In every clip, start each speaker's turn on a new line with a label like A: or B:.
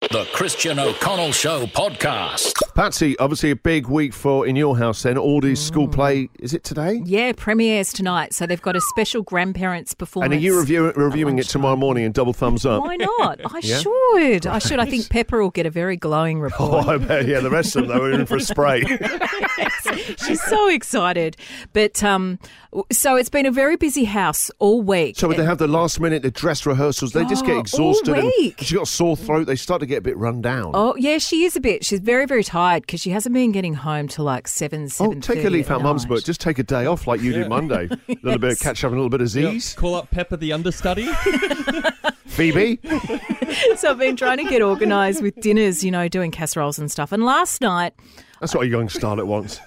A: The Christian O'Connell Show podcast.
B: Patsy, obviously a big week for in your house. Then all these school
C: Mm.
B: play is it today?
C: Yeah, premieres tonight. So they've got a special grandparents performance.
B: And are you review- reviewing it tomorrow morning? And double thumbs up.
C: Why not? I should. I should. I think Pepper will get a very glowing
B: Oh,
C: report.
B: I bet. Yeah, the rest of them though are in for a spray.
C: She's so excited. But um, w- so it's been a very busy house all week.
B: So would they have the last minute, the dress rehearsals. They just
C: Oh,
B: get
C: all
B: exhausted. and
C: week.
B: She got a sore throat. They start to get a bit run down.
C: Oh yeah, she is a bit. She's very very tired because she hasn't been getting home till like seven
B: Oh,
C: seven.
B: take a leaf out mum's book. Just take a day off like you did Monday. A little bit of catch up and a little bit of Z's.
D: Call up Pepper the understudy.
B: Phoebe.
C: so I've been trying to get organised with dinners, you know, doing casseroles and stuff. And last night
B: That's what a young starlet wants.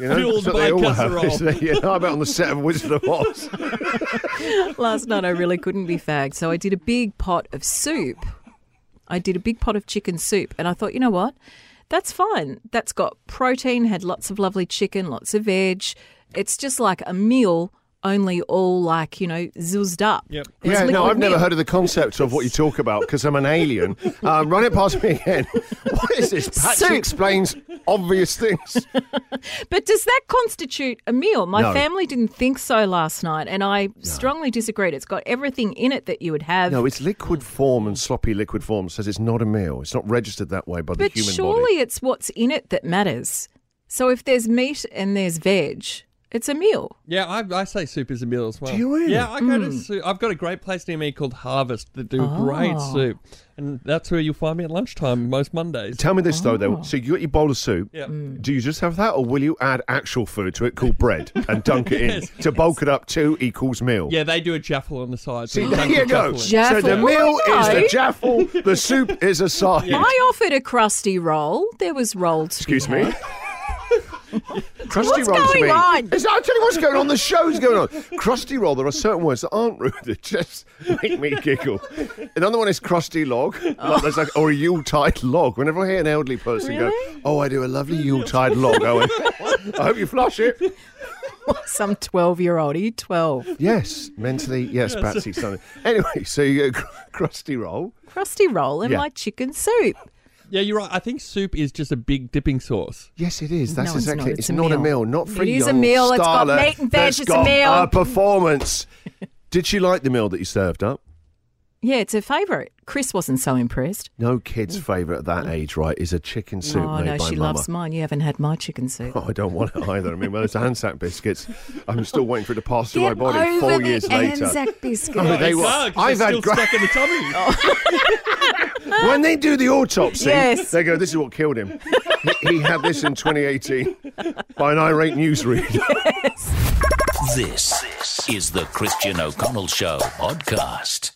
B: You know,
D: Fueled
B: that's what they
D: by
B: all have,
D: casserole.
B: isn't it? Yeah, I bet on the set of Wizard of Oz.
C: Last night I really couldn't be fagged, so I did a big pot of soup. I did a big pot of chicken soup, and I thought, you know what? That's fine. That's got protein, had lots of lovely chicken, lots of veg. It's just like a meal, only all like, you know, zoozed up.
D: Yep.
C: It's
B: yeah, no,
C: liquid
B: I've never
C: milk.
B: heard of the concept of what you talk about because I'm an alien. Um, run it past me again. What is this? Patsy
C: Soup.
B: explains obvious things.
C: But does that constitute a meal? My
B: No.
C: family didn't think so last night, and I strongly disagreed. It's got everything in it that you would have.
B: No, it's liquid form and sloppy liquid form says it's not a meal. It's not registered that way by the
C: But
B: human
C: surely
B: body.
C: it's what's in it that matters. So if there's meat and there's veg, it's a meal.
D: yeah, I, I say soup is a meal as well.
B: Do you really?
D: Yeah, I go to soup. I've got a great place near me called Harvest that do great
C: Mm. Oh.
D: soup, and that's where you'll find me at lunchtime most Mondays.
B: Tell me this though, though. So you got your bowl of soup. Mm.
D: Yeah.
B: Oh. Do you just have that, or will you add actual food to it called bread and dunk it
D: Yes.
B: in to bulk it up? Two equals meal.
D: yeah, they do a jaffle on the side.
B: See,
D: so
B: there
D: thank
B: you go.
D: jaffling.
C: Ja-
B: So the
C: Jaffle.
B: meal
C: Oh,
B: is
C: no.
B: the jaffle, the soup is a side.
C: I offered a crusty roll. There was roll to be
B: Excuse me.
C: had.
B: Crusty
C: What's
B: roll to
C: going
B: me.
C: on?
B: Is- I'll tell you what's going on. The show's going on. Crusty roll. There are certain words that aren't rude that just make me giggle. Another one is crusty log. Like, there's like or a Yuletide log. Whenever I hear an elderly person go,
C: Really?
B: "Oh, I do a lovely Yuletide log," I, went, I hope you flush it.
C: Some 12 year old. Are you 12?
B: Yes, mentally, yes, Patsy. Something. Anyway, so you go cr- crusty roll.
C: Crusty roll and
B: Yeah.
C: my chicken soup.
D: Yeah, you're right. I think soup is just a big dipping sauce.
B: Yes, it is. That's
C: No, it's
B: exactly.
C: not.
B: It's,
C: It's a
B: not a meal.
C: meal.
B: Not for
C: It
B: you.
C: is a meal. It's got meat and veg. It's a meal.
B: A performance. Did she like the meal that you served up?
C: Yeah, it's a favourite. Chris wasn't so impressed.
B: No kid's favourite at that age, right, is a chicken soup
C: oh,
B: made
C: no,
B: by
C: she
B: mama.
C: loves mine. You haven't had my chicken soup.
B: Oh, I don't want it either. I mean, well, it's Anzac biscuits. I'm still waiting for it to pass through
C: Get
B: my body
C: over
B: four
C: the
B: years later.
C: Anzac biscuit.
B: Oh, they
D: It's
B: were-
D: hard 'cause
B: I've
D: they're
B: had Oh,
D: still
B: gra-
D: stuck in the tummy.
B: When they do the autopsy,
C: Yes.
B: they go, "This is what killed him. he, he had this in 2018 by an irate newsreader."
A: This is the Christian O'Connell Show podcast.